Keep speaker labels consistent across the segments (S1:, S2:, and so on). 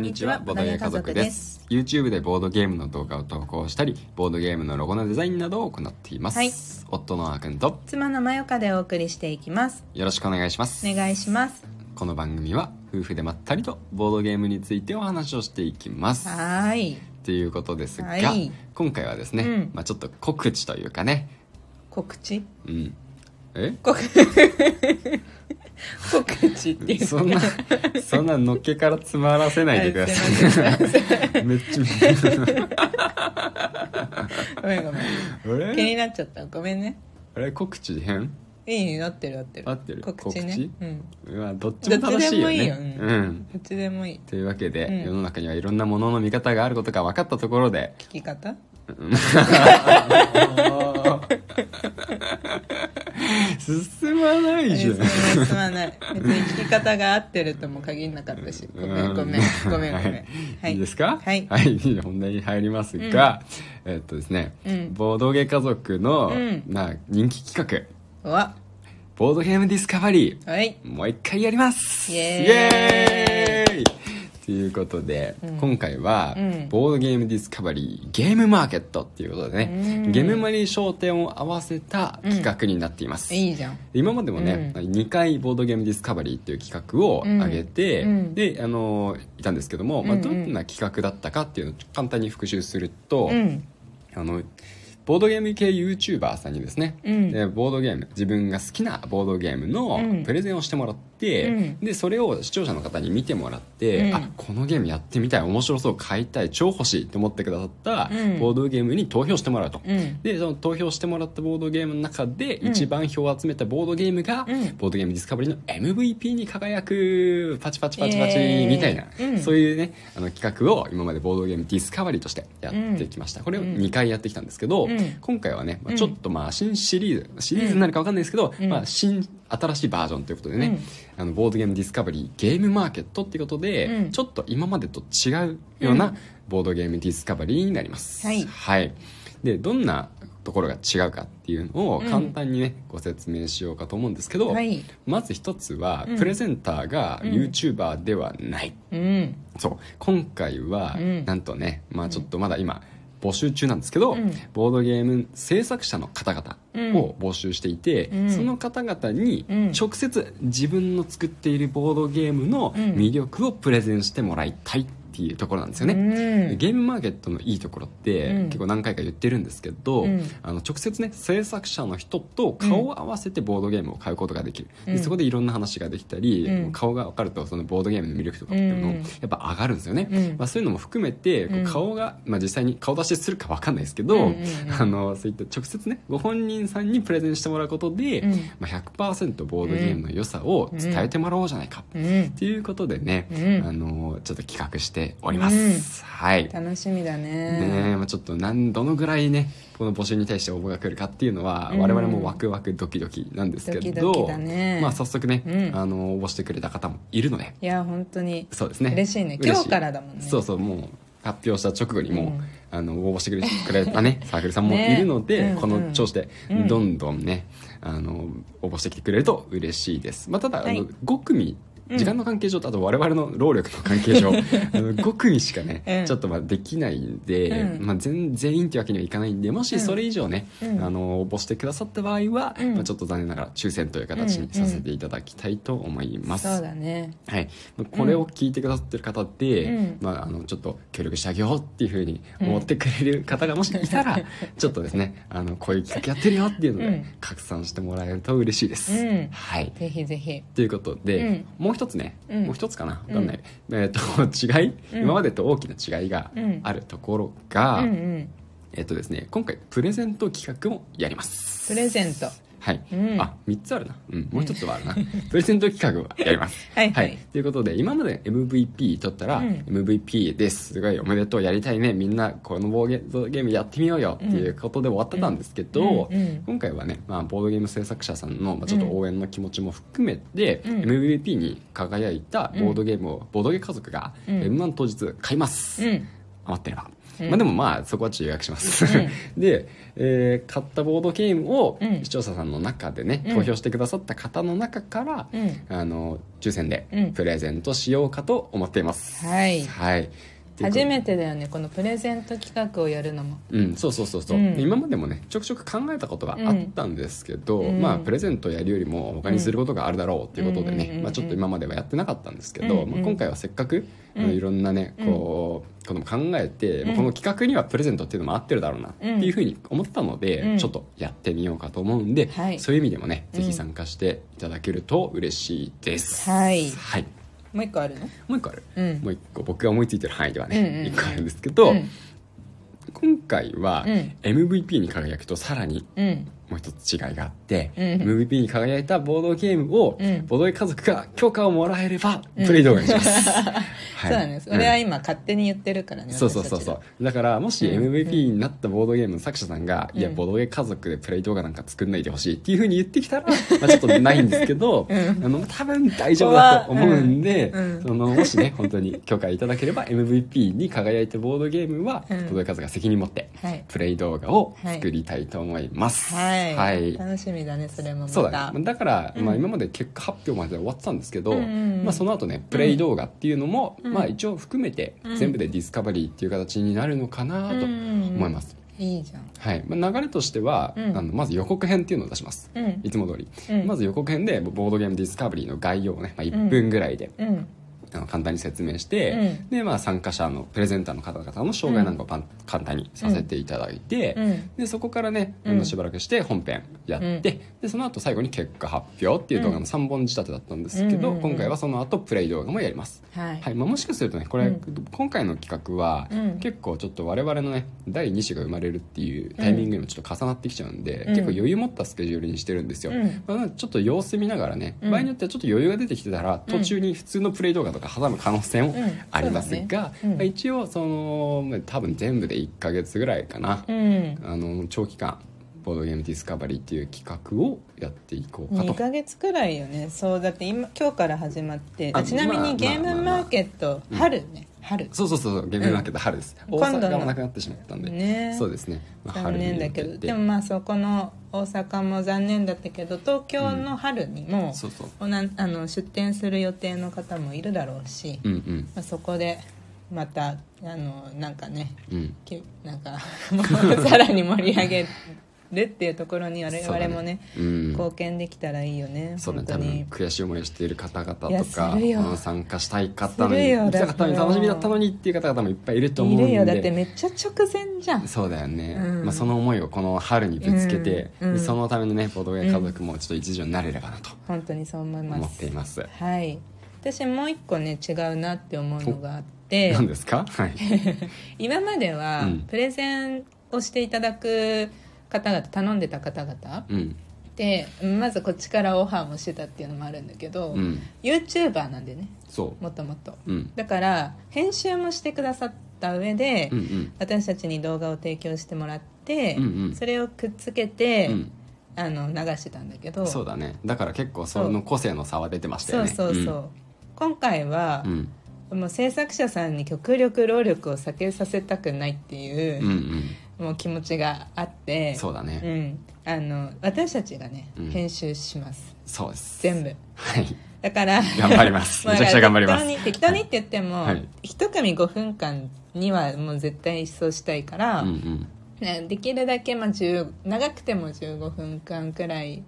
S1: にちはボードゲー家族です YouTube でボードゲームの動画を投稿したりボードゲームのロゴのデザインなどを行っています、
S2: はい
S1: 夫のあーくんと
S2: 妻のまよかでお送りしていきます
S1: よろしくお願いします
S2: お願いします
S1: この番組は夫婦でまったりとボードゲームについてお話をしていきます
S2: はーい
S1: ということですが、
S2: はい
S1: 今回はですね、
S2: うん
S1: まあ、ちょっと告知というかね
S2: 告 知
S1: うんえ
S2: 告告知っていう
S1: そん なそんなのっけから詰まらせないでくださいめっち ゃ
S2: ごめんごめん
S1: あれ
S2: 気になっちゃったごめんね
S1: あれ告知編
S2: いいなってるなってる
S1: 合ってる
S2: 告知
S1: 告知
S2: ねうん
S1: まあどっちも楽しい
S2: どっちで
S1: よね
S2: もいいよ
S1: う、
S2: うんんどっちでもいい
S1: というわけで、
S2: うん
S1: 世の中にはいろんなものの見方があることが分かったところで
S2: 聞き方
S1: 進まないじゃん
S2: すまない別に聞き方が合ってるとも限らなかったしごめんごめんごめんごめん
S1: はい、いいですか
S2: はい
S1: はい、本題に入りますが、えっとですね、
S2: うん
S1: ボードゲー家族の、
S2: うん
S1: な人気企画
S2: うわ
S1: ボードゲームディスカバリ
S2: はい
S1: ーもう一回やります
S2: イエーイ
S1: イエーイということで、
S2: うん
S1: 今回は、
S2: うん
S1: ボードゲームディスカバリーゲームマーケットっていうことでね、
S2: うん
S1: ゲームマリー商店を合わせた企画になっています、
S2: いいじゃん
S1: 今までもね、
S2: う
S1: 2回ボードゲームディスカバリーっていう企画を上げて、
S2: うんうん
S1: であのいたんですけども、まあ、
S2: うんうん
S1: どんな企画だったかっていうのを簡単に復習すると、
S2: うん
S1: あのボードゲーム系 YouTuber さんにですね、
S2: うん
S1: でボードゲーム自分が好きなボードゲーム
S2: うん
S1: のプレゼンをしてもらって、
S2: うん
S1: でそれを視聴者の方に見てもらっ
S2: う
S1: て、
S2: ん
S1: あこのゲームやってみたい面白そう買いたい超欲しいと思ってくださった
S2: うん
S1: ボードゲームに投票してもらうと。
S2: うん
S1: でその投票してもらったボードゲームの中で
S2: うん
S1: 一番票を集めたボードゲームが、
S2: うん
S1: ボードゲームディスカバリーの MVP に輝くパチパチパチパチ
S2: えー
S1: みたいな、
S2: うん
S1: そういうねあの企画を今までボードゲームディスカバリーとしてやってきました、これを
S2: うん
S1: 2回やってきたんですけど、
S2: うん
S1: 今回はね、まあ、
S2: うん
S1: ちょっとまあ新シリーズシリーズになるか分かんないですけど、
S2: うん
S1: まあ、新新しいバージョンということでね、あのボードゲームディスカバリーゲームマーケットっていうことで、
S2: うん
S1: ちょっと今までと違うような、
S2: うん
S1: ボードゲームディスカバリーになります。
S2: はい
S1: でどんなところが違うかっていうのを
S2: うん
S1: 簡単にね、ご説明しようかと思うんですけど、
S2: はい
S1: まず一つは、
S2: うん
S1: プレゼンターが
S2: うん
S1: YouTuber ではない、
S2: うん
S1: そう今回は、
S2: うん
S1: なんとねまあちょっとまだ今募集中なんですけど、
S2: うん
S1: ボードゲーム制作者の方々を募集していて、
S2: うん
S1: その方々に
S2: うん
S1: 直接自分の作っているボードゲームの
S2: うん
S1: 魅力をプレゼンしてもらいたいっていうところなんですよね。
S2: うん
S1: ゲームマーケットのいいところって、
S2: うん
S1: 結構何回か言ってるんですけど、
S2: うん
S1: あの直接ね制作者の人と顔を合わせてボードゲームを買うことができる、
S2: うん
S1: でそこでいろんな話ができたり、
S2: うん
S1: 顔が分かるとそのボードゲームの魅力とかっていうのも
S2: うん
S1: やっぱ上がるんですよね、
S2: うん
S1: まあ、そういうのも含めてこう
S2: うん
S1: 顔が、まあ、実際に顔出しするか分かんないですけど、
S2: うんうんうん
S1: あのそういった直接ねご本人さんにプレゼンしてもらうことで、
S2: うん
S1: まあ、100%ボードゲームの良さを伝えてもらおうじゃないか、
S2: うん
S1: っていうことでね、
S2: うん
S1: あのちょっと企画しております、
S2: うん
S1: はいね
S2: 楽しみだ
S1: え
S2: ね
S1: まあ、ちょっとなんどのぐらいねこの募集に対して応募が来るかっていうのは、
S2: うん
S1: 我々もワクワクドキドキなんですけど
S2: ドキドキだね
S1: まあ、早速ね、
S2: うん
S1: あの応募してくれた方もいるので
S2: いや本当に
S1: そうですね
S2: 嬉しいね今日からだもんね
S1: そうそうもう発表した直後にもう、
S2: うん
S1: あの応募してくれくれた ねサークルさんもい
S2: ね
S1: るので、
S2: うん
S1: この調子で
S2: うん
S1: どんどんね、あの応募してきてくれると嬉しいです、まあ、ただ、
S2: はい
S1: あの5組
S2: うん
S1: 時間の関係上とあと我々の労力の関係 上あの5組しかね、
S2: うん
S1: ちょっとまあできないんで、
S2: うん
S1: まあ、全全員ってわけにはいかないんでもしそれ以上ね、
S2: うん
S1: あの応募してくださった場合は、
S2: うん
S1: まあ、ちょっと残念ながら抽選という形にさせていただきたいと思います。
S2: そうだね
S1: はい、これを聞いてくださってる方で、
S2: うん
S1: まあ、あのちょっと協力してあげようっていうふうに思ってくれる方がもしいたら、 ちょっとですねあのこういう企画やってるよっていうので、
S2: うん
S1: 拡散してもらえると嬉しいです。
S2: うん
S1: はい
S2: ぜひぜひ
S1: ということで、もう一つね、
S2: うん
S1: もう一つかな分かんない、えー、と違い、
S2: うん
S1: 今までと大きな違いがあるところが、
S2: うんうん
S1: えっとですね、今回プレゼント企画もやります。
S2: プレゼント
S1: はい、
S2: うん
S1: あ3つあるな、うん、もう一つはある な、プレゼント企画はやります
S2: はいは
S1: はい
S2: い、
S1: ということで今まで MVP 取ったら、
S2: うん
S1: MVP ですすごいおめでとうやりたいねみんなこのボードゲームやってみようよっていうことで終わってたんですけど、
S2: うんうん
S1: 今回はね、まあ、ボードゲーム制作者さんの、まあ、ちょっと応援の気持ちも含めて、
S2: うん
S1: MVP に輝いたボードゲームを、ボードゲー家族が
S2: うん
S1: M1 当日買います、
S2: うん
S1: 余ってれば
S2: うん
S1: まあ、でもまあそこは注約します、
S2: う
S1: で、えー買ったボードゲームを
S2: うん
S1: 視聴者さんの中でね、
S2: うん
S1: 投票してくださった方の中から、
S2: うん
S1: あの抽選で
S2: うん
S1: プレゼントしようかと思っています、
S2: はい
S1: はいというこ
S2: 初
S1: とで
S2: めてだよねこのプレゼント企画をやるのも
S1: うん、そうそうそうそう、
S2: うん
S1: 今までもねちょくちょく考えたことがあったんですけど、
S2: うん
S1: まあ
S2: うん
S1: プレゼントやるよりも他にすることがあるだろうっていうことでね、
S2: うんうんうんうん
S1: まあ、ちょっと今まではやってなかったんですけ
S2: うん
S1: ど、
S2: うん
S1: まあ、今回はせっかく、
S2: うん
S1: あのいろんなねこう、ことも考えて、まあこの企画にはプレゼントっていうのも合ってるだろうなっていうふうに思ったので、
S2: うん
S1: ちょっとやってみようかと思うんで、
S2: はい
S1: そういう意味でもね
S2: うん
S1: ぜひ参加していただけると嬉しいです。
S2: はい
S1: はい、
S2: もう一個あるの
S1: もう一個ある、
S2: うん
S1: もう一個僕が思いついてる範囲では
S2: うんうんう
S1: ね、
S2: ん
S1: 一個あるんですけど、
S2: うん
S1: 今回は
S2: うん
S1: MVP に輝くとさらに
S2: うん
S1: もう一つ違いがあって、
S2: うん
S1: MVP に輝いたボードゲームを、
S2: うん
S1: ボードゲ家族が許可をもらえれば
S2: うん
S1: プレイ動画に します、
S2: そ
S1: は
S2: うだねそれは今勝手に言ってるから
S1: うん
S2: ね
S1: そうそうそうそうだからもし
S2: うん
S1: MVP になったボードゲームの作者さんが、
S2: うん
S1: いやボードゲ家族でプレイ動画なんか作んないでほしいっていうふうに言って きたら、まあ、ちょっとないんですけど、
S2: うん
S1: あの多分大丈夫だと思うんで、
S2: 怖っうんうん
S1: そのもしね本当に許可いただければ MVP に輝いたボードゲームは、
S2: うん
S1: ボードゲ家族が責任持って
S2: はい
S1: プレイ動画を作りたいと思います。
S2: はい、
S1: はい
S2: 楽しみだねそれもまた
S1: そうだねだから、
S2: うん
S1: まあ、今まで結果発表まで終わってたんですけど、
S2: うんうんうん
S1: まあ、その後ねプレイ動画っていうのも、
S2: うん
S1: まあ、一応含めて
S2: うん
S1: 全部でディスカバリーっていう形になるのかなと思います、
S2: うんいいじゃん
S1: はいまあ、流れとしては、
S2: うん
S1: あのまず予告編っていうのを出します
S2: うん
S1: いつも通り、
S2: うん
S1: まず予告編でボードゲームディスカバリーの概要をね、まあ、1分ぐらいで、
S2: うん
S1: あの簡単に説明して、
S2: うん
S1: でまあ、参加者のプレゼンターの方々の紹介なんかをパン、簡単にさせていただいて、
S2: うん
S1: でそこからね、
S2: うん
S1: あのしばらくして本編やって、
S2: うん
S1: でその後最後に結果発表っていう動画の3本仕立てだったんですけ
S2: う
S1: ど、
S2: んうんうん
S1: 今回はその後プレイ動画もやります、
S2: はい、
S1: はいまあ、もしかするとねこれ、
S2: うん
S1: 今回の企画は、
S2: うん
S1: 結構ちょっと我々のね第2子が生まれるっていうタイミングにもちょっと重なってきちゃうんで、
S2: ん
S1: 結構余裕持ったスケジュールにしてるんですよ、
S2: うん
S1: まあなのでちょっと様子見ながらね、
S2: うん
S1: 場合によってはちょっと余裕が出てきてたら
S2: うん
S1: 途中に普通のプレイ動画とか挟む可能性も
S2: うん
S1: あります
S2: そう
S1: が、
S2: うん
S1: まあ一応そのまあ多分全部で1ヶ月ぐらいかな、
S2: うん
S1: あの長期間ボードゲームディスカバリーっていう企画をやっていこうか
S2: 2
S1: と。
S2: ヶ月くらいよねそうだって今今日から始まって
S1: あ
S2: ちなみ
S1: まあ
S2: にゲー
S1: ま
S2: ム
S1: あまあ
S2: マ
S1: まあ
S2: ーケット、
S1: うん
S2: 春ね春
S1: そうそうそうゲームマーケット春です、
S2: うん
S1: 大
S2: 今度
S1: 阪
S2: の
S1: もなくなってしまったんで、
S2: ね
S1: そうですね、まあ
S2: 残念だけ
S1: 春に向
S2: ど
S1: て
S2: でもまあそこの大阪も残念だったけど東京の春にも、
S1: そうそう
S2: おなんあの出店する予定の方もいるだろうし、
S1: うんうん
S2: まあ、そこでまたあのなんかね
S1: うん
S2: きなんか もうさらに盛り上げるっていうところに我々もね
S1: うん
S2: 貢献できたらいいよね
S1: そうだ
S2: 本当
S1: ね多
S2: に
S1: 分悔しい思いをしている方々と
S2: いや
S1: か
S2: するよ
S1: うん参加したい方
S2: す
S1: に
S2: るよ
S1: 行きたかったのに
S2: だから
S1: 楽しみだったのにっていう方々もいっぱいいると思う
S2: い
S1: んで
S2: るよだってめっちゃ直前じゃん
S1: そうだよね、
S2: うん
S1: まあ、その思いをこの春にぶつけて、
S2: うんうん
S1: でそのためのねボードゲーム家族もちょっと一助になれればなと
S2: 本当にそう思いま
S1: 思っ
S2: す
S1: ています、
S2: はい私もう一個ね違うなって思うのがあって
S1: 何で すかはい
S2: 今までは
S1: うん
S2: プレゼンをしていただく方々頼んでた方々
S1: うん
S2: でまずこっちからオファーもしてたっていうのもあるんだけど、
S1: うん
S2: YouTuber なんでね
S1: そ
S2: もともと
S1: ううん
S2: だから編集もしてくださった上で、
S1: うんうん
S2: 私たちに動画を提供してもらって、
S1: うんうん
S2: それをくっつけて、
S1: うん
S2: あの流してたんだけど
S1: そうだねだから結構その個性の差は出てました
S2: そ
S1: よ
S2: う
S1: ね
S2: そうそう今回は
S1: う、ん
S2: もう制作者さんに極力労力を避けさせたくないってい
S1: うんう
S2: う,、
S1: ん
S2: もう気持ちがあって
S1: そうだね
S2: うん、あの私たちがね、
S1: うん
S2: 編集します
S1: そうです
S2: 全部
S1: はい
S2: だから
S1: 頑張りま す
S2: もうだ
S1: めちゃくちゃ頑張ります
S2: から適当に適当にって言っても、
S1: はい
S2: 一組5分間にはもう絶対一掃したいから、
S1: うんうん
S2: ね、できるだけまあ10長くても15分間くらい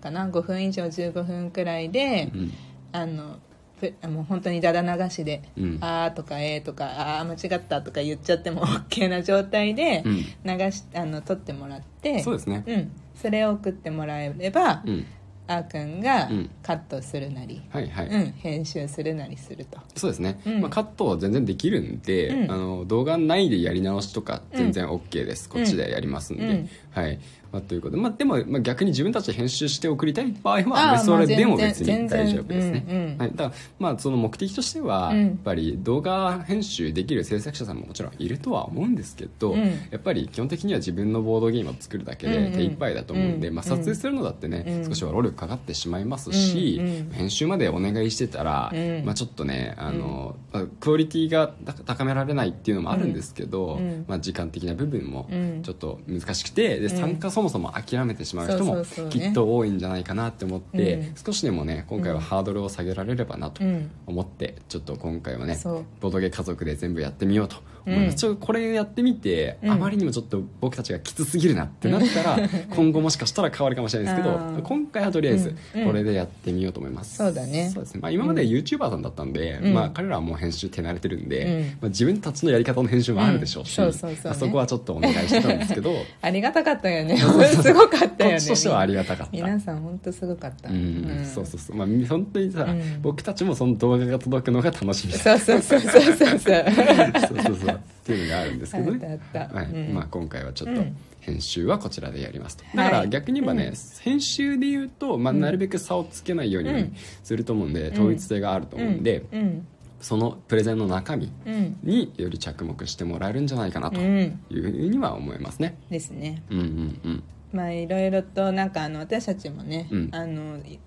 S2: かな5分以上15分くらいで、
S1: うん
S2: あのぷもう本当にだだ流しで「
S1: うん
S2: あー」とか「えー」とか「あー間違った」とか言っちゃっても OK な状態で
S1: うん
S2: 流し、あの撮ってもらって
S1: そうですね
S2: うん、それを送ってもらえれば、
S1: うん
S2: あーくんが
S1: うん
S2: カットするなり、
S1: はいはい、
S2: うん、編集するなりすると。
S1: そうですね、
S2: うん
S1: まあ、カットは全然できるんで、
S2: うん
S1: あの動画内でやり直しとか全然 OK です、こっちでやりますんで、
S2: うん
S1: はいまあ、ということで、まあ、でも、まあ、逆に自分たちで編集して送りたい場合
S2: あー
S1: はそれでも
S2: まあ全然
S1: 別に大丈夫です
S2: 全然うんう
S1: ね
S2: ん
S1: はいだからまあその目的としては
S2: うん
S1: やっぱり動画編集できる制作者さんももちろんいるとは思うんですけど、
S2: うん
S1: やっぱり基本的には自分のボードゲームを作るだけ
S2: うんう
S1: で
S2: ん
S1: 手一杯だと思うんで、まあ、
S2: うんうん
S1: 撮影するのだってね、
S2: うん
S1: 少しは労力かかってしまいますし、
S2: うんうん
S1: 編集までお願いしてたら、
S2: うん
S1: まあ、ちょっとねあの、まあクオリティが高高められないっていうのもあるんですけど、
S2: うんうん
S1: まあ、時間的な部分も
S2: うん
S1: ちょっと難しくてで
S2: ん
S1: 参加そもそも諦めてしまう人
S2: そ
S1: も
S2: うそうそうね
S1: きっと多いんじゃないかなって思って、
S2: うん
S1: 少しでもね今回はハードルを下げられればなと
S2: うん
S1: 思って、ちょっと今回はね
S2: そう
S1: ボードゲ家族で全部やってみようと思います、
S2: うん
S1: ちょっとこれやってみて、
S2: うん
S1: あまりにもちょっと僕たちがきつすぎるなってなったら、今後もしかしたら変わるかもしれないですけ
S2: あ
S1: ど
S2: ー
S1: 今回はとりあえず
S2: うんうん
S1: これでやってみようと思います、
S2: そうだね
S1: そうですね、まあ、今まで YouTuber さんだったんで、
S2: うん
S1: まあ、彼らはもう編集手慣れてるんで、
S2: うん
S1: まあ、自分たちのやり方の編集もあるでしょうし、
S2: うんそうそうそうね
S1: まあそこはちょっとお願いしてたんです けど
S2: ありがたかったよね すごかった
S1: こ
S2: よ
S1: っ
S2: ね
S1: ちとしてはありがたかった
S2: 皆さん本当すごかった、
S1: うん
S2: うん
S1: そうそうそうまあ本当にさ、
S2: うん
S1: 僕たちもその動画が届くのが楽し みだ
S2: そうそうそうそうそうそう
S1: そうそうそうっていうのがあるんですけどね
S2: あったあった
S1: はい
S2: うん
S1: まあ、今回はちょっ
S2: う
S1: と
S2: ん
S1: 編集はこちらでやりますと、
S2: い
S1: だから逆に言えばね、
S2: うん
S1: 編集で言うと、まあ、
S2: ん
S1: なるべく差をつけないよう
S2: う
S1: に
S2: ん
S1: すると思うんで、
S2: ん
S1: 統一性があると思うんで、
S2: うん
S1: そのプレゼンの中身
S2: うん
S1: により着目してもらえるんじゃないかな
S2: う
S1: と
S2: ん、う
S1: い
S2: ん、
S1: うふうには思いますね。
S2: ですね
S1: うんうんうん
S2: まあいろいろとなんかあの私たちもね、
S1: うん
S2: あのい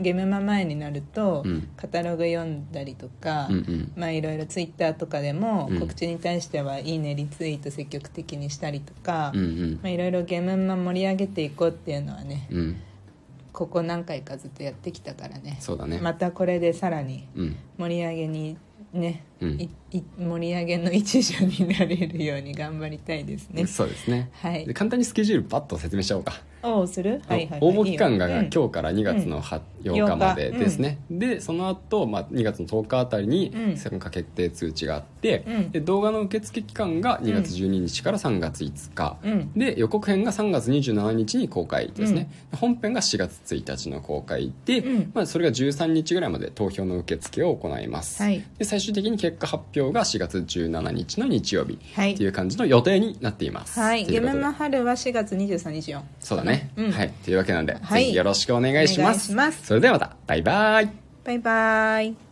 S2: ゲームマ前になると、
S1: うん
S2: カタログ読んだりとか、
S1: うんうん
S2: まあいろいろツイッターとかでも
S1: うん
S2: 告知に対しては「いいね」リツイート積極的にしたりとか、
S1: うんうん
S2: まあ、いろいろゲームマ盛り上げていこうっていうのはね
S1: うん
S2: ここ何回かずっとやってきたからね
S1: そうだね
S2: またこれでさらに
S1: うん
S2: 盛り上げにね、
S1: うん
S2: いい盛り上げの一助になれるように頑張りたいですね。
S1: そうですね、
S2: はい
S1: で簡単にスケジュールバッと説明しちゃおうか、
S2: おうする、はいはいはい、
S1: 応募期間が
S2: いいよ
S1: 今日から2月の8 8日までですね、でその後、まあ2月の10日あたり
S2: うん
S1: に参加決定通知があって、
S2: うん
S1: で動画の受付期間が2月12日から3月5日、
S2: うん
S1: で予告編が3月27日に公開ですね、本編が4月1日の公開で、
S2: うん
S1: まあ、それが13日ぐらいまで投票の受付を行います、
S2: はい
S1: で最終的に結果発表が4月17日の日曜日
S2: はい
S1: っていう感じの予定になっています、
S2: はい、
S1: とい
S2: ゲ
S1: うこと
S2: ム
S1: で
S2: マ春は4月23、24。
S1: そうだね、
S2: うん
S1: はいというわけなんで、
S2: はい
S1: ぜひよろしくお願いします
S2: お願いします
S1: それではまたバイバイ
S2: バイバイ。